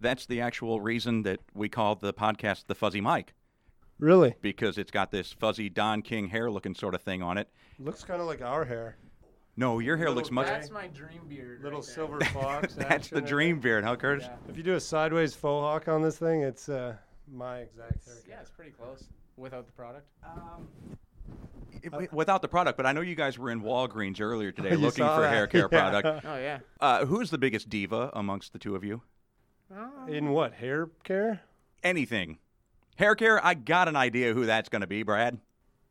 That's the actual reason that we call the podcast the Fuzzy Mike Really? because it's got this fuzzy Don King hair looking sort of thing on it. Looks kind of like our hair. No, your hair Little looks much. gray. That's my dream beard. Little right there. silver fox. That's action the right dream beard, huh, Curtis? Yeah. there. If you do a sideways faux hawk on this thing, it's uh, my exact haircut. yeah, it's pretty close Um, without the product. It- Without the product, but I know you guys were in Walgreens earlier today Uh, You looking saw for that. hair care Yeah. product. Oh yeah. Uh, who's the biggest diva amongst the two of you? In what hair care? Anything. Hair care, I got an idea who that's going to be, Brad.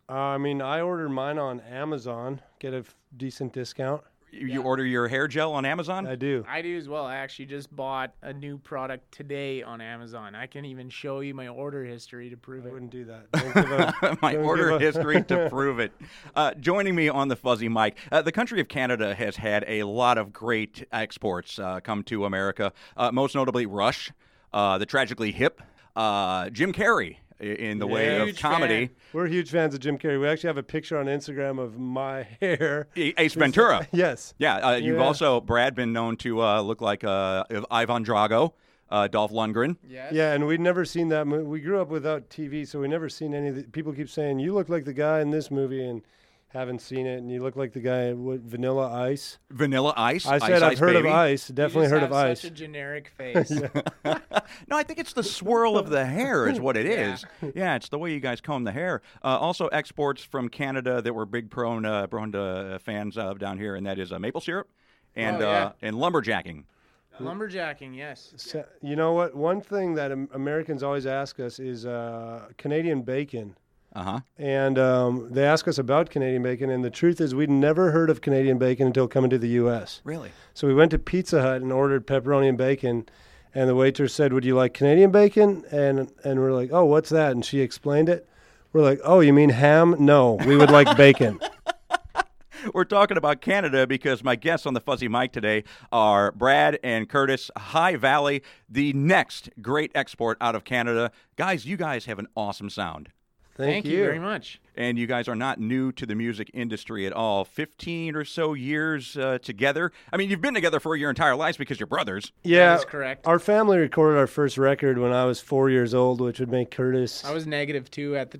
Uh, I mean, I ordered mine on Amazon. Get a f- decent discount. You, you order your hair gel on Amazon? I do. I do as well. I actually just bought a new product today on Amazon. I can even show you my order history to prove I it. wouldn't do that. Don't give a- my don't give order a- history to prove it. Uh, joining me on the fuzzy mic, uh, the country of Canada has had a lot of great exports uh, come to America, uh, most notably Rush, uh, the tragically hip, uh, Jim Carrey i- in the way of Huge comedy. fan. We're huge fans of Jim Carrey. We actually have a picture on Instagram of my hair. A- Ace Ventura. Yes. Yeah, uh, you've Yeah. also, Brad, been known to uh, look like uh, Ivan Drago, uh, Dolph Lundgren. Yes. Yeah, and we'd never seen that movie. We grew up without TV, so we never seen any of the people keep saying, You look like the guy in this movie and haven't seen it, and you look like the guy in what, Vanilla Ice. Vanilla Ice. I Ice, said I've Ice heard Baby. of ice, You definitely just heard have of ice. Such a generic face. no, I think it's the swirl of the hair is what it is. yeah. it's the way you guys comb the hair. Uh, also, exports from Canada that we're big prone uh, prone to uh, fans of down here, and that is uh, maple syrup and Oh, uh, and lumberjacking. Lumberjacking, yes. So- you know what? One thing that Am- Americans always ask us is uh, Canadian bacon. Uh huh. And um, they ask us about Canadian bacon, and the truth is, we'd never heard of Canadian bacon until coming to the U.S. Really? So we went to Pizza Hut and ordered pepperoni and bacon. And the waitress said, "Would you like Canadian bacon?" And and we're like, "Oh, what's that?" And she explained it. We're like, "Oh, you mean ham? No, we would like bacon." We're talking about Canada because my guests on the Fuzzy Mic today are Brad and Curtis High Valley, the next great export out of Canada. Guys, you guys have an awesome sound. Thank, you very much. and you guys are not new to the music industry at all. 15 or so years uh, together. I mean, you've been together for your entire lives because you're brothers. Yeah, That is correct. Our family recorded our first record when I was four years old, which would make Curtis. I was negative two at the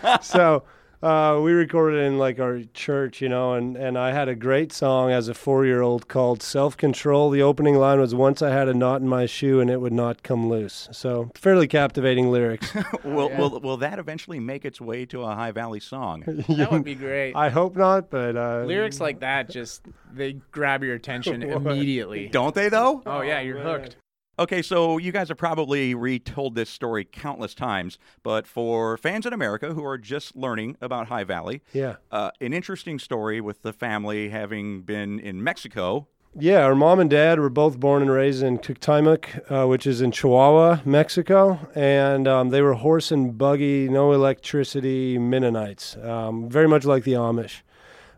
time. so uh, we recorded in like our church, you know, and, and I had a great song as a four year old called Self Control. The opening line was Once I had a knot in my shoe and it would not come loose. So fairly captivating lyrics. Will, will, will that eventually make its way to a High Valley song? that would be great. I hope not, but uh, Lyrics like that just they grab your attention immediately. Don't they, though? Oh yeah, you're hooked. Okay, so you guys have probably retold this story countless times, but for fans in America who are just learning about High Valley, Yeah. uh, an interesting story with the family having been in Mexico. Yeah, our mom and dad were both born and raised in Cuauhtémoc, uh, which is in Chihuahua, Mexico, and um, they were horse and buggy, no electricity Mennonites, um, very much like the Amish.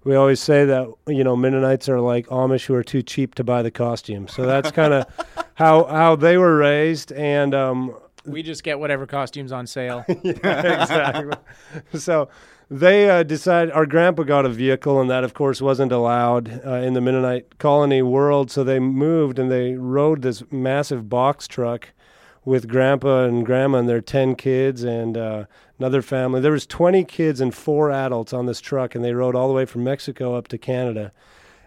We always say that you know Mennonites are like Amish who are too cheap to buy the costume. So that's kind of how how they were raised, and um, We just get whatever costumes on sale. exactly. so they uh, decided our grandpa got a vehicle, and that, of course, wasn't allowed uh, in the Mennonite colony world. So they moved and they rode this massive box truck with grandpa and grandma and their 10 kids and uh, another family there was 20 kids and four adults on this truck and they rode all the way from mexico up to canada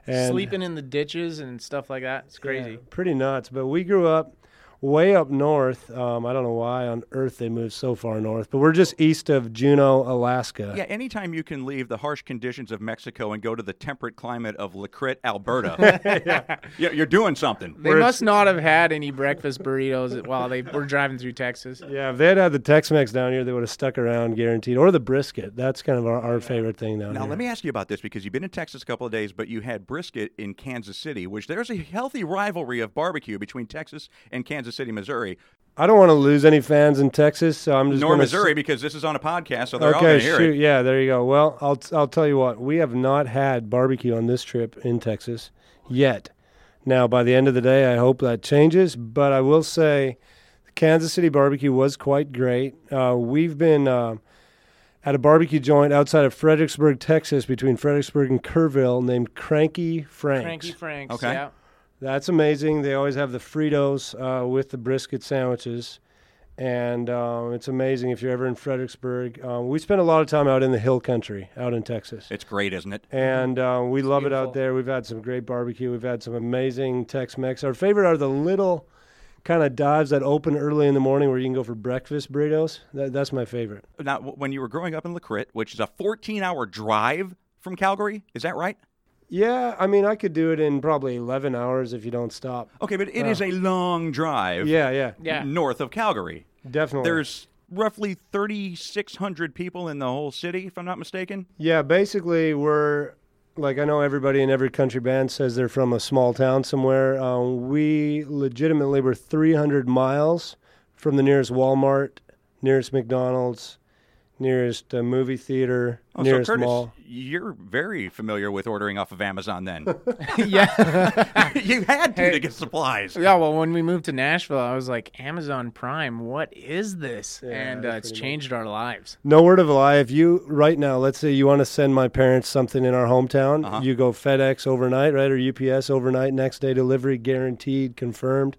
and Sleeping in the ditches and stuff like that. It's crazy. yeah, pretty nuts. But we grew up way up north. Um, I don't know why on earth they moved so far north, but we're just east of Juneau, Alaska. Yeah, anytime you can leave the harsh conditions of Mexico and go to the temperate climate of La Crête, Alberta, you- you're doing something. They must not have had any breakfast burritos while they were driving through Texas. Yeah, if they had had the Tex-Mex down here, they would have stuck around, guaranteed. Or the brisket. That's kind of our, our favorite thing down Now, here. let me ask you about this because you've been in Texas a couple of days, but you had brisket in Kansas City, which there's a healthy rivalry of barbecue between Texas and Kansas City, Missouri, I don't want to lose any fans in Texas, so I'm just nor gonna Missouri because this is on a podcast, so they're all Okay, going to hear shoot. it. Yeah, there you go. Well, I'll, t- I'll tell you what. We have not had barbecue on this trip in Texas yet. Now, by the end of the day, I hope that changes. But I will say, Kansas City barbecue was quite great. Uh, we've been uh, at a barbecue joint outside of Fredericksburg, Texas, between Fredericksburg and Kerrville, named Cranky Franks. Frankie Franks. Okay. Yeah. That's amazing. They always have the Fritos uh, with the brisket sandwiches. And um, it's amazing if you're ever in Fredericksburg. Um, we spend a lot of time out in the hill country, out in Texas. It's great, isn't it? And uh, we love it out beautiful. there. We've had some great barbecue. We've had some amazing Tex Mex. Our favorite are the little kind of dives that open early in the morning where you can go for breakfast burritos. That, that's my favorite. Now, w- when you were growing up in Lacrit, which is a 14-hour drive from Calgary, is that right? Yeah, I mean, I could do it in probably 11 hours if you don't stop. Okay, but it is a long drive Yeah, Uh. yeah, Yeah. north of Calgary. definitely. There's roughly 3,600 people in the whole city, if I'm not mistaken. Yeah, basically, we're like I know everybody in every country band says they're from a small town somewhere. Uh, we legitimately were 300 miles from the nearest Walmart, nearest McDonald's, nearest uh, movie theater, Oh, nearest so Curtis, mall. you're very familiar with ordering off of Amazon then. yeah. you had to to get supplies. Yeah, well, when we moved to Nashville, I was like, Amazon Prime, what is this? and uh, it's changed our lives. No word of a lie. If you right now, let's say you want to send my parents something in our hometown, you go FedEx overnight, right, or UPS overnight, next day delivery, guaranteed, confirmed.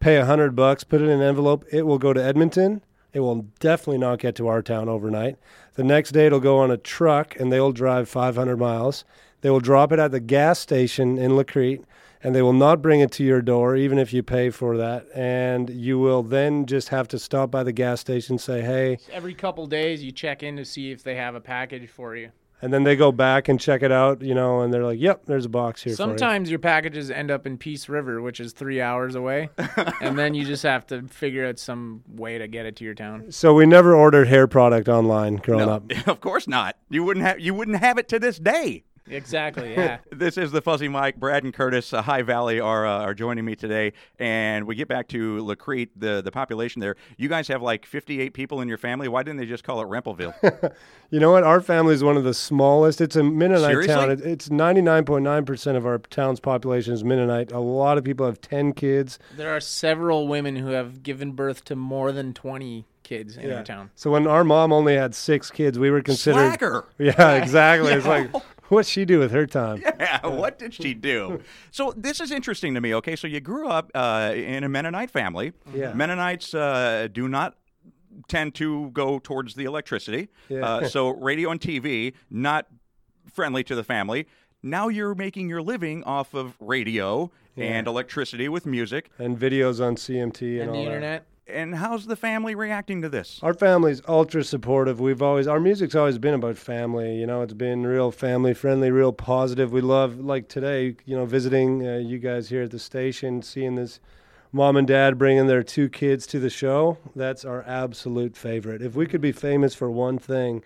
Pay a hundred bucks, put it in an envelope. It will go to Edmonton. It will definitely not get to our town overnight. The next day, it'll go on a truck, and they'll drive 500 miles. They will drop it at the gas station in Lacrete, and they will not bring it to your door, even if you pay for that. And you will then just have to stop by the gas station, say, "Hey." Every couple days, you check in to see if they have a package for you. And then they go back and check it out, you know, and they're like, "Yep, there's a box here." Sometimes your packages end up in Peace River, which is three hours away, and then you just have to figure out some way to get it to your for you. town. So we never ordered hair product online growing up. of course not. You wouldn't have you wouldn't have it to this day. Exactly. Yeah. This is the Fuzzy Mike. Brad and Curtis, uh, High Valley, are uh, are joining me today, and we get back to Lacrete, the the population there. You guys have like 58 people in your family. Why didn't they just call it Rempleville? You know what? Our family is one of the smallest. It's a Mennonite Seriously? town. It, it's 99.9% of our town's population is Mennonite. A lot of people have 10 kids. There are several women who have given birth to more than 20 kids in our town. So when our mom only had 6 kids, we were considered Slacker. Yeah, exactly. It's like what's she do with her time? Yeah, what did she do? So this is interesting to me. Okay, so you grew up uh, in a Mennonite family. Yeah. Mennonites uh, do not tend to go towards the electricity. Yeah. Uh, so radio and TV not friendly to the family. Now you're making your living off of radio and electricity with music. And videos on CMT and, And all the that. internet. And how's the family reacting to this? Our family's ultra supportive. We've always our music's always been about family. You know, it's been real family friendly, real positive. We love like today, you know, visiting uh, you guys here at the station, seeing this mom and dad bringing their two kids to the show. That's our absolute favorite. If we could be famous for one thing,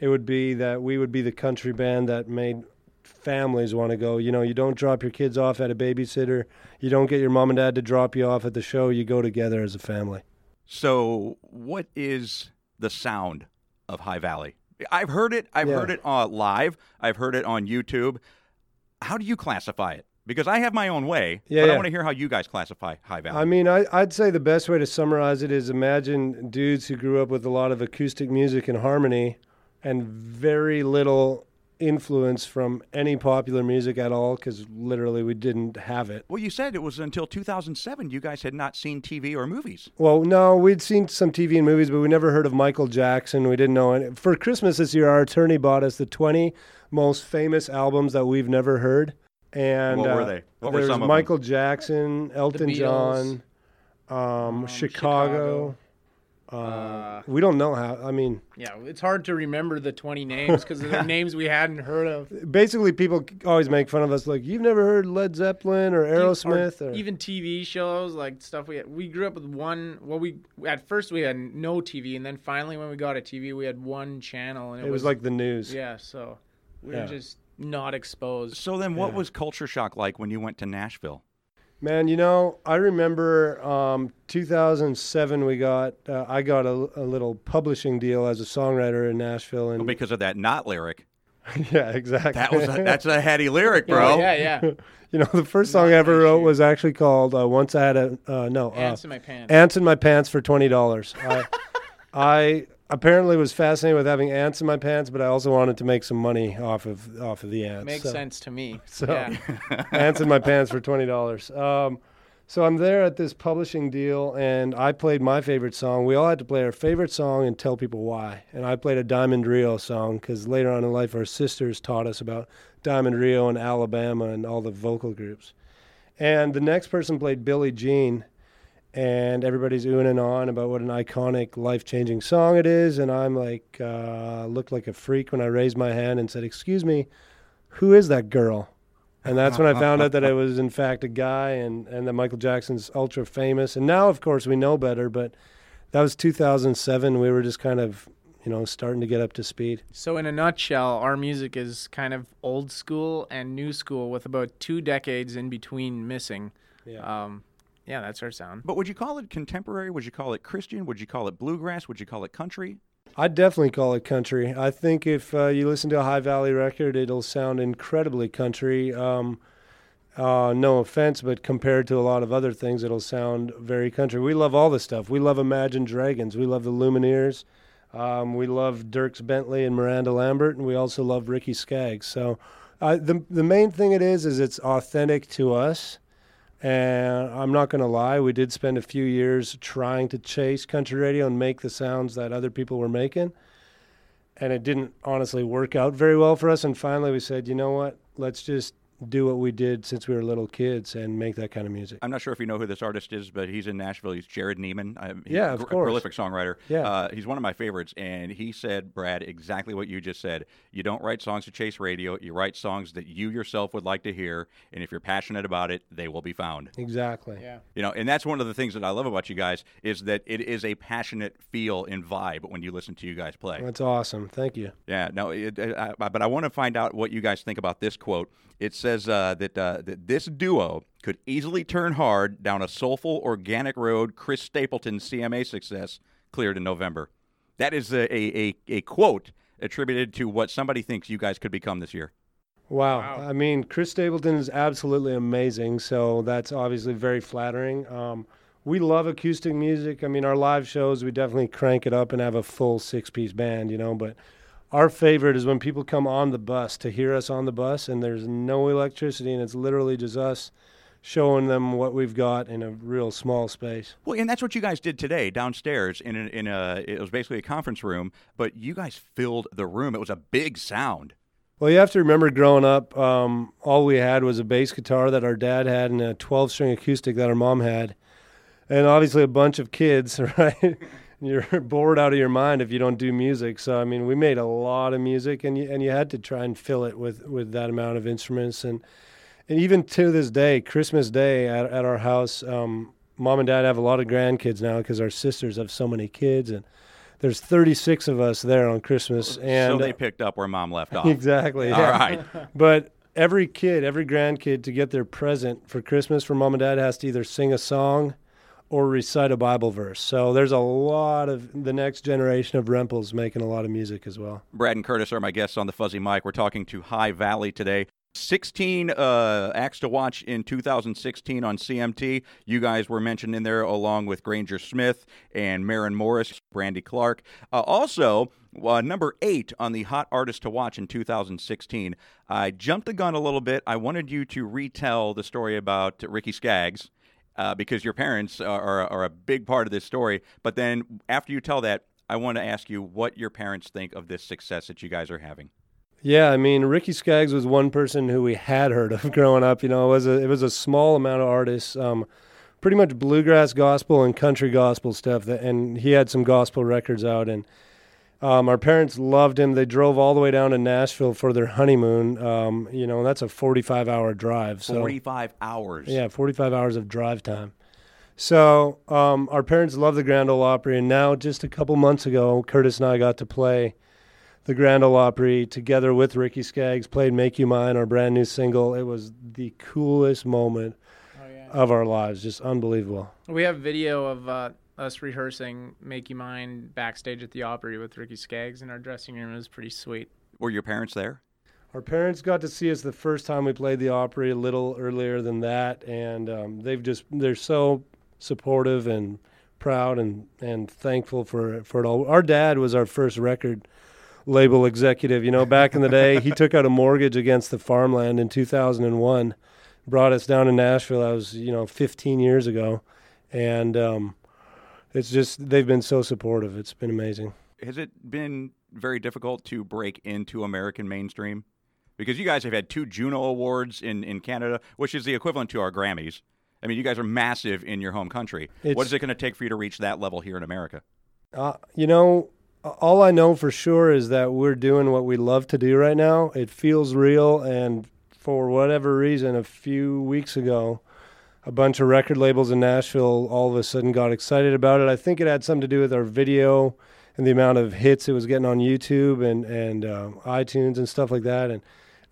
it would be that we would be the country band that made families want to go. You know, you don't drop your kids off at a babysitter. You don't get your mom and dad to drop you off at the show. You go together as a family. So, what is the sound of High Valley? I've heard it. I've Yeah. heard it uh, live. I've heard it on YouTube. How do you classify it? Because I have my own way, Yeah, but I yeah. want to hear how you guys classify High Valley. I mean, I, I'd say the best way to summarize it is imagine dudes who grew up with a lot of acoustic music and harmony and very little influence from any popular music at all because literally we didn't have it. well, you said it was until 2007 you guys had not seen TV or movies. Well, no, we'd seen some TV and movies, but we never heard of Michael Jackson. We didn't know. And for Christmas this year, our attorney bought us the 20 most famous albums that we've never heard. And What were uh, they? What were there was some of them? Michael Jackson, Elton Beatles, John, um, Chicago. Chicago. Uh, We don't know how. I mean, yeah, it's hard to remember the 20 names because they're names we hadn't heard of. basically, people c- always make fun of us. Like, you've never heard Led Zeppelin or Aerosmith, Or or even TV shows like stuff we we grew up with one. Well, we at first we had no TV, and then finally when we got a TV, we had one channel, and it, it was like the news. yeah. So we Yeah. were just not exposed. So then, what was culture shock like when you went to Nashville? Man, you know, I remember um, 2007. We got uh, I got a, a little publishing deal as a songwriter in Nashville, and Because of that not lyric. yeah, exactly. Oh, That was a, that's a heady lyric, bro. Oh, yeah, yeah. you know, the first song I ever wrote was actually called uh, "Once I Had a uh, No." Uh, Ants in my pants. ants in my pants for twenty dollars. I, I apparently was fascinated with having ants in my pants, but I also wanted to make some money off of off of the ants. Makes so. sense to me. So- yeah. ants in my pants for twenty dollars. Um, so I'm there at this publishing deal, and I played my favorite song. We all had to play our favorite song and tell people why. And I played a Diamond Rio song because later on in life, our sisters taught us about Diamond Rio and Alabama and all the vocal groups. And the next person played Billie Jean, and everybody's oohing and on about what an iconic, life changing song it is. And I'm like, uh, looked like a freak when I raised my hand and said, Excuse me, who is that girl? And that's when I found out that it was, in fact, a guy and, and that Michael Jackson's ultra famous. And now, of course, we know better, but that was 2007. We were just kind of, you know, starting to get up to speed. So, in a nutshell, our music is kind of old school and new school with about two decades in between missing. Yeah, um, yeah that's our sound. But would you call it contemporary? Would you call it Christian? Would you call it bluegrass? Would you call it country? I'd definitely call it country. I think if uh, you listen to a High Valley record, it'll sound incredibly country. Um, uh, no offense, but compared to a lot of other things, it'll sound very country. We love all this stuff. We love Imagine Dragons. We love the Lumineers. Um, we love Dirks Bentley and Miranda Lambert, and we also love Ricky Skaggs. So uh, the the main thing it is is it's authentic to us. And I'm not going to lie, we did spend a few years trying to chase country radio and make the sounds that other people were making. And it didn't honestly work out very well for us. And finally, we said, you know what? Let's just do what we did since we were little kids and make that kind of music. I'm not sure if you know who this artist is, but he's in Nashville. He's Jared Neiman. Um, he's Yeah, a of gr- course. prolific songwriter. Yeah. Uh, he's one of my favorites. And he said, Brad, exactly what you just said. You don't write songs to chase radio. You write songs that you yourself would like to hear. And if you're passionate about it, they will be found. Exactly. Yeah. You know, and that's one of the things that I love about you guys is that it is a passionate feel and vibe when you listen to you guys play. That's awesome. Thank you. Yeah, no, it, uh, I, but I want to find out what you guys think about this quote. It says uh, that, uh, that this duo could easily turn hard down a soulful, organic road. Chris Stapleton CMA success cleared in November. That is a, a, a, a quote attributed to what somebody thinks you guys could become this year. Wow. Wow. I mean, Chris Stapleton is absolutely amazing. So that's obviously very flattering. Um, we love acoustic music. I mean, our live shows, we definitely crank it up and have a full six piece band, you know. But our favorite is when people come on the bus to hear us on the bus and there's no electricity and it's literally just us showing them what we've got in a real small space. Well, and that's what you guys did today downstairs in a, in a it was basically a conference room, but you guys filled the room. It was a big sound. Well, you have to remember growing up, um, all we had was a bass guitar that our dad had and a 12 string acoustic that our mom had. And obviously, a bunch of kids, right? You're bored out of your mind if you don't do music. So, I mean, we made a lot of music, and you, and you had to try and fill it with, with that amount of instruments. And, and even to this day, Christmas Day at, at our house, um, mom and dad have a lot of grandkids now because our sisters have so many kids. And there's 36 of us there on Christmas. And uh, so they picked up where mom left off. Exactly. All yeah. right. But every kid, every grandkid to get their present for Christmas from mom and dad has to either sing a song or recite a Bible verse. So there's a lot of the next generation of Remples making a lot of music as well. Brad and Curtis are my guests on the Fuzzy Mic. We're talking to High Valley today. 16 uh, acts to watch in 2016 on CMT. You guys were mentioned in there along with Granger Smith and Marin Morris, Brandy Clark. Uh, also, uh, number eight on the Hot Artist to Watch in 2016. I jumped the gun a little bit. I wanted you to retell the story about Ricky Skaggs uh, because your parents are, are, are a big part of this story. But then after you tell that, I want to ask you what your parents think of this success that you guys are having. Yeah, I mean, Ricky Skaggs was one person who we had heard of growing up. You know, it was a it was a small amount of artists, um, pretty much bluegrass gospel and country gospel stuff. That, and he had some gospel records out, and um, our parents loved him. They drove all the way down to Nashville for their honeymoon. Um, you know, that's a forty five hour drive. So 45 hours. yeah, 45 hours of drive time. So um, our parents love the Grand Ole Opry, and now just a couple months ago, Curtis and I got to play the Grand Ole Opry together with Ricky Skaggs. Played "Make You Mine," our brand new single. It was the coolest moment Oh, yeah. of our lives, just unbelievable. We have video of uh, us rehearsing "Make You Mine" backstage at the Opry with Ricky Skaggs in our dressing room. It was pretty sweet. Were your parents there? Our parents got to see us the first time we played the Opry a little earlier than that, and um, they've just they're so supportive and proud and, and thankful for for it all. Our dad was our first record label executive. You know, back in the day, he took out a mortgage against the farmland in 2001, brought us down to Nashville. I was you know 15 years ago, and um, it's just they've been so supportive. It's been amazing. Has it been very difficult to break into American mainstream? Because you guys have had two Juno Awards in, in Canada, which is the equivalent to our Grammys. I mean, you guys are massive in your home country. It's- what is it going to take for you to reach that level here in America? Uh, you know, all I know for sure is that we're doing what we love to do right now. It feels real, and for whatever reason, a few weeks ago, a bunch of record labels in Nashville all of a sudden got excited about it. I think it had something to do with our video and the amount of hits it was getting on YouTube and and um, iTunes and stuff like that. And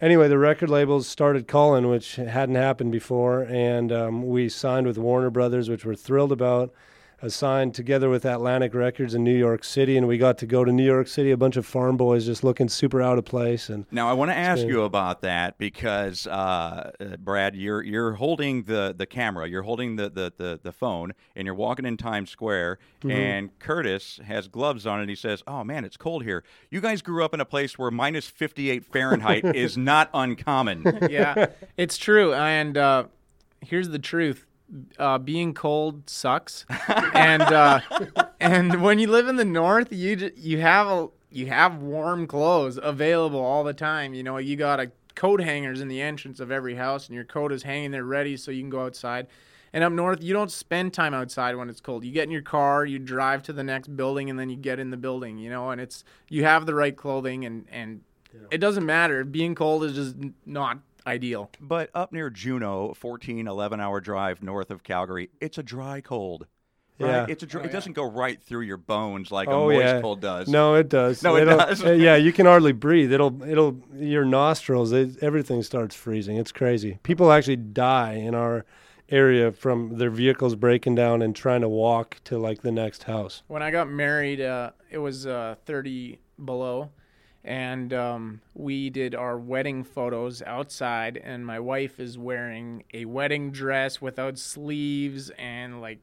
anyway, the record labels started calling, which hadn't happened before, and um, we signed with Warner Brothers, which we're thrilled about. uh, Signed together with Atlantic Records in New York City, and we got to go to New York City. A bunch of farm boys just looking super out of place, and Now I want to ask you about that because uh, uh, Brad, you're you're holding the, the camera, you're holding the, the, the, the phone, and you're walking in Times Square. Mm-hmm. And Curtis has gloves on, and he says, "Oh man, it's cold here. You guys grew up in a place where minus 58 Fahrenheit is not uncommon." yeah, it's true. And uh, here's the truth: uh, being cold sucks, and uh, and when you live in the north, you j- you have a you have warm clothes available all the time. You know, you got a coat hangers in the entrance of every house, and your coat is hanging there ready so you can go outside. And up north, you don't spend time outside when it's cold. You get in your car, you drive to the next building, and then you get in the building. You know, and it's you have the right clothing, and and it doesn't matter. Being cold is just n- not ideal. but up near Juneau, 14, 11 hour drive north of Calgary, it's a dry cold. Right? Yeah. it's a dry, it doesn't go right through your bones like Oh a moist yeah, cold does. No, it does. No, it It'll- does. uh, yeah, you can hardly breathe. It'll, it'll, your nostrils, it, everything starts freezing. It's crazy. People actually die in our area from their vehicles breaking down and trying to walk to like the next house. When I got married, uh, it was uh, 30 below, and um, we did our wedding photos outside. And my wife is wearing a wedding dress without sleeves, and like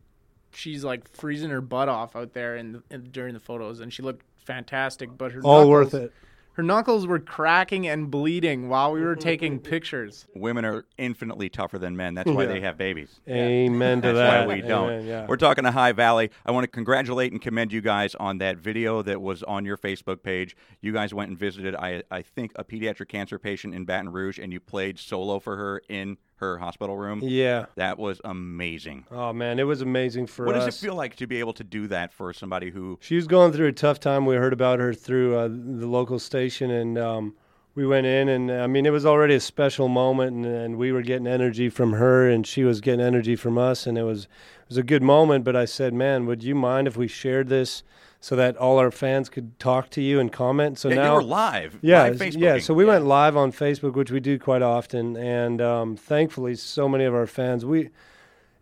she's like freezing her butt off out there in, in during the photos, and she looked fantastic. But her All knuckles, worth it. Her knuckles were cracking and bleeding while we were taking pictures. Women are infinitely tougher than men. That's why Yeah. they have babies. Amen to That's that. why we don't. Amen, yeah. We're talking to High Valley. I want to congratulate and commend you guys on that video that was on your Facebook page. You guys went and visited, I, I think, a pediatric cancer patient in Baton Rouge, and you played solo for her in her hospital room. yeah. That was amazing. Oh man, it was amazing for What us. does it feel like to be able to do that for somebody who? She was going through a tough time. We heard about her through uh, the local station, and um, we went in, and I mean, it was already a special moment, and, and we were getting energy from her, and she was getting energy from us, and it was it was a good moment. But I said, "Man, would you mind if we shared this so that all our fans could talk to you and comment?" So Yeah, now you were live. yeah, live s- yeah. Facebooking. So we went live on Facebook, which we do quite often, and um, thankfully, so many of our fans. We,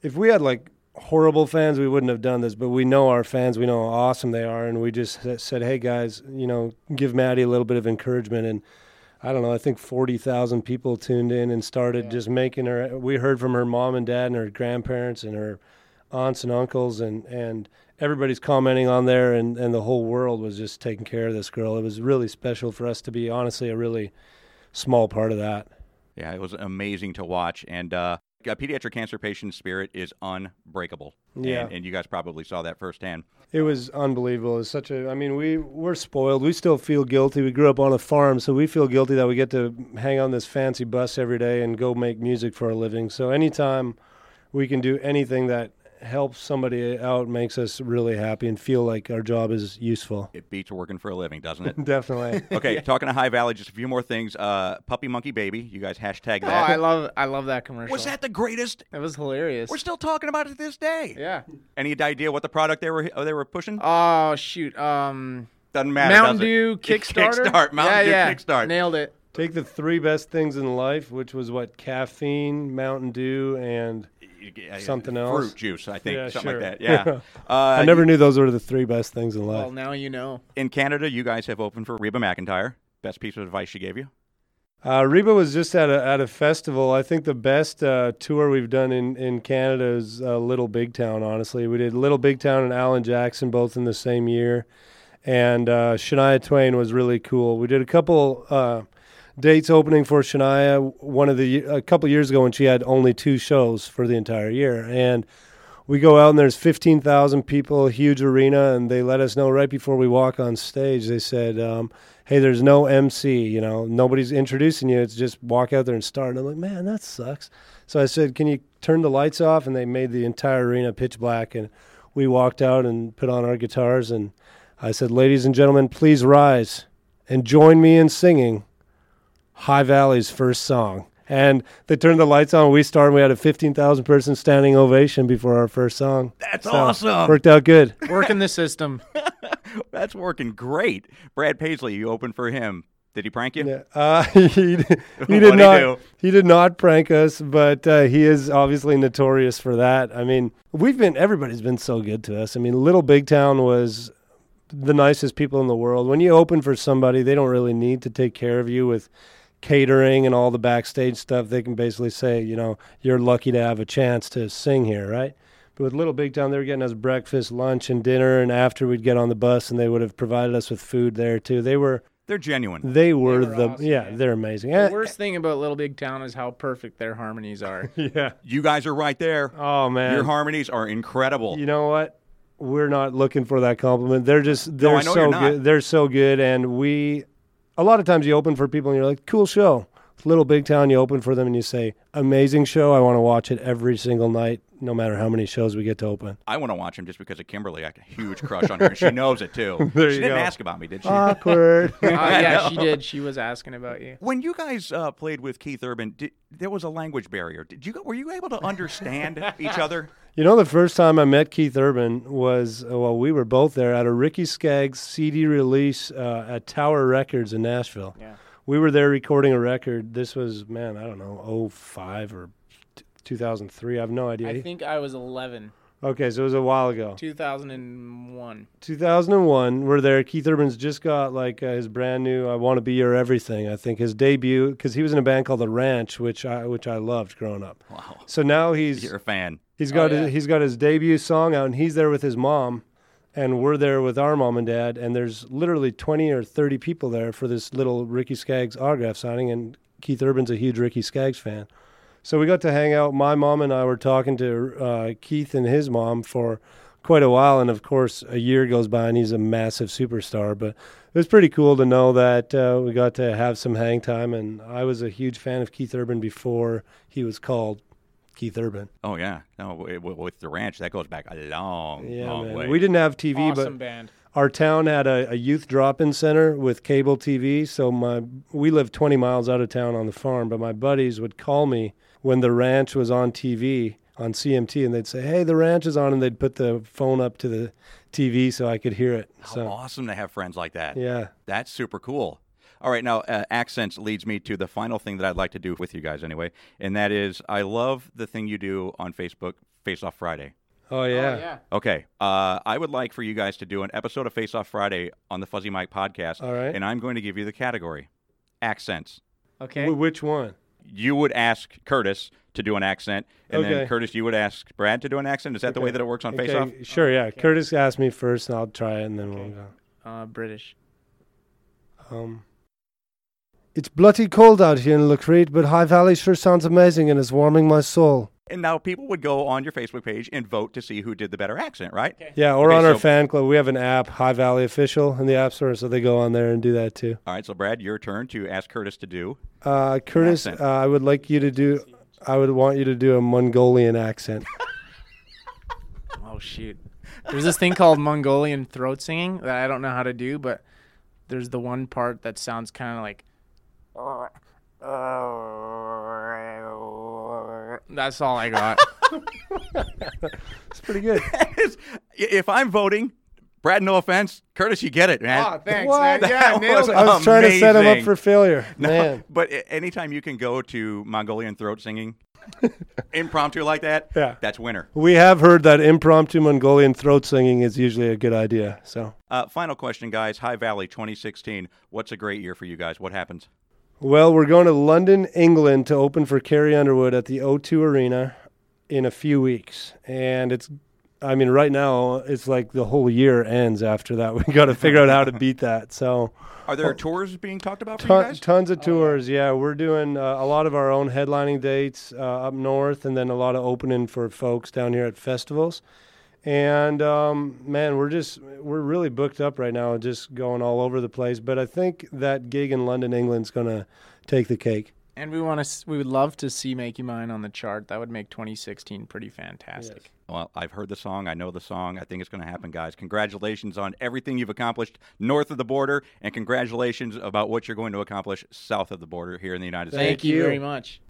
if we had like horrible fans, we wouldn't have done this. But we know our fans. We know how awesome they are, and we just s- said, "Hey guys, you know, give Maddie a little bit of encouragement." And I don't know. I think forty thousand people tuned in and started just making her. We heard from her mom and dad and her grandparents and her aunts and uncles and and everybody's commenting on there and and the whole world was just taking care of this girl it was really special for us to be honestly a really small part of that Yeah, it was amazing to watch, and uh, a pediatric cancer patient's spirit is unbreakable. Yeah. and, and you guys probably saw that firsthand. it was unbelievable it's such a i mean we we're spoiled we still feel guilty we grew up on a farm so we feel guilty that we get to hang on this fancy bus every day and go make music for a living so anytime we can do anything that helps somebody out makes us really happy and feel like our job is useful It beats working for a living, doesn't it? definitely Okay, talking to High Valley, just a few more things. Uh, Puppy Monkey Baby, you guys hashtag Oh, I that. love I love that commercial. Was that the greatest? It was hilarious. We're still talking about it to this day. yeah. Any idea what the product they were oh, they were pushing? Oh shoot. Um. Doesn't matter. Mountain does it? Dew Kickstarter. Kickstart. Mountain yeah, Dew yeah. Kickstart. Nailed it. Take the three best things in life, which was what caffeine, Mountain Dew, and Uh, Something else. Fruit juice, I think, Yeah, something sure. like that. Yeah. uh, I never knew those were the three best things in Well, life. now you know. in Canada, you guys have opened for Reba McIntyre. Best piece of advice she gave you. Uh, Reba was just at a, at a festival. I think the best uh, tour we've done in, in Canada is uh, Little Big Town, honestly. We did Little Big Town and Alan Jackson both in the same year. And uh, Shania Twain was really cool. We did a couple uh, dates opening for Shania one of the a couple years ago when she had only two shows for the entire year. And we go out and there's 15,000 people, huge arena, and they let us know right before we walk on stage. They said, um, "Hey, there's no MC. You know, nobody's introducing you. It's just walk out there and start." And I'm like, "Man, that sucks." So I said, "Can you turn the lights off?" And they made the entire arena pitch black, and we walked out and put on our guitars. And I said, "Ladies and gentlemen, please rise and join me in singing High Valley's first song." And they turned the lights on. We started. We had a fifteen thousand person standing ovation before our first song. That's So, awesome. Worked out good. Working the system. That's working great. Brad Paisley, you opened for him. Did he prank you? Yeah, uh, he, he did What'd he not. do? He did not prank us, but uh, he is obviously notorious for that. I mean, we've been everybody's been so good to us. I mean, Little Big Town was the nicest people in the world. When you open for somebody, they don't really need to take care of you with catering and all the backstage stuff. They can basically say, you know, you're lucky to have a chance to sing here, right? But with Little Big Town, they were getting us breakfast, lunch, and dinner, and after we'd get on the bus, and they would have provided us with food there too. They were They're genuine. they were, were the awesome, yeah, man. they're amazing. The Eh, worst thing about Little Big Town is how perfect their harmonies are. yeah. You guys are right there. Oh man. Your harmonies are incredible. you know what? We're not looking for that compliment. They're just they're I know you're so not. good. They're so good and we a lot of times you open for people and you're like, "Cool show." It's Little Big Town, you open for them and you say, "Amazing show. I want to watch it every single night no matter how many shows we get to open." I want to watch him just because of Kimberly. I got a huge crush on her. and She knows it too. There she you didn't go. Uh, ask about me, did she? Awkward. Oh yeah, she did. She was asking about you. when you guys uh, played with Keith Urban, did, there was a language barrier. Did you go- were you able to understand each other? You know, the first time I met Keith Urban was, uh, well, we were both there at a Ricky Skaggs CD release uh, at Tower Records in Nashville. Yeah. We were there recording a record. This was, man, I don't know, 05 or t- 2003. I have no idea. I think I was 11, okay, so it was a while ago. 2001. 2001, we're there. Keith Urban's just got like uh, his brand new "I Want to Be Your Everything." I think his debut because he was in a band called The Ranch, which I which I loved growing up. Wow, So now he's you're a fan. He's Oh, got yeah. his, he's got his debut song out, and he's there with his mom, and we're there with our mom and dad, and there's literally twenty or thirty people there for this little Ricky Skaggs autograph signing, and Keith Urban's a huge Ricky Skaggs fan, so we got to hang out. My mom and I were talking to uh, Keith and his mom for quite a while, and of course, a year goes by, and he's a massive superstar. But it was pretty cool to know that uh, we got to have some hang time, and I was a huge fan of Keith Urban before he was called Keith Urban. Oh yeah, no, w- w- with the ranch that goes back a long, Yeah, long man. way. we didn't have TV, Awesome but band. our town had a, a youth drop-in center with cable TV. So my we lived 20 miles out of town on the farm, but my buddies would call me when the ranch was on TV on CMT, and they'd say, "Hey, the ranch is on," and they'd put the phone up to the TV so I could hear it. How So awesome to have friends like that. yeah, That's super cool. All right, now uh, accents leads me to the final thing that I'd like to do with you guys anyway, and that is I love the thing you do on Facebook, Face Off Friday. oh Oh, yeah, yeah. Okay, uh, I would like for you guys to do an episode of Face Off Friday on the Fuzzy Mike podcast, All right. and I'm going to give you the category accents. Okay. Wh- which one? You would ask Curtis to do an accent, and then Okay. Curtis, you would ask Brad to do an accent. Is that the way that it works on Face Off? Okay, Sure, yeah. Curtis asked me first, and I'll try it, and then we'll go. Uh, British. Um, it's bloody cold out here in Lacrede, but High Valley sure sounds amazing, and it's warming my soul. And now people would go on your Facebook page and vote to see who did the better accent, right? Yeah, or Okay, on our so- fan club. We have an app, High Valley Official, in the App Store, so they go on there and do that too. All right, so Brad, your turn to ask Curtis to do. Uh, Curtis, uh, accent. I would like you to do. I would want you to do a Mongolian accent. Oh shoot. There's this thing called Mongolian throat singing that I don't know how to do, but there's the one part that sounds kind of like That's all I got. It's pretty good. if I'm voting, Brad, no offense, Curtis, you get it, Oh, man. Ah, thanks, What? man. Yeah, nailed it. I was trying to set him up Amazing. for failure. Man, But a- anytime you can go to Mongolian throat singing, impromptu like that, Yeah. that's winner. we have heard that impromptu Mongolian throat singing is usually a good idea. So Uh, final question, guys. High Valley 2016. What's a great year for you guys? What happens? Well, we're going to London, England to open for Carrie Underwood at the O2 Arena in a few weeks. And it's, I mean, right now, it's like the whole year ends after that. We got to figure out how to beat that. So, Are there tours being talked about for you ton, guys? tons of tours. yeah. we're doing uh, a lot of our own headlining dates uh, up north, and then a lot of opening for folks down here at festivals. And um, man, we're just we're really booked up right now, just going all over the place. But I think that gig in London, England's gonna take the cake. And we want to. We would love to see "Make You Mine" on the chart. That would make 2016 pretty fantastic. Well, I've heard the song. I know the song. I think it's going to happen, guys. Congratulations on everything you've accomplished north of the border, and congratulations about what you're going to accomplish south of the border here in the United States. Thank, you very much.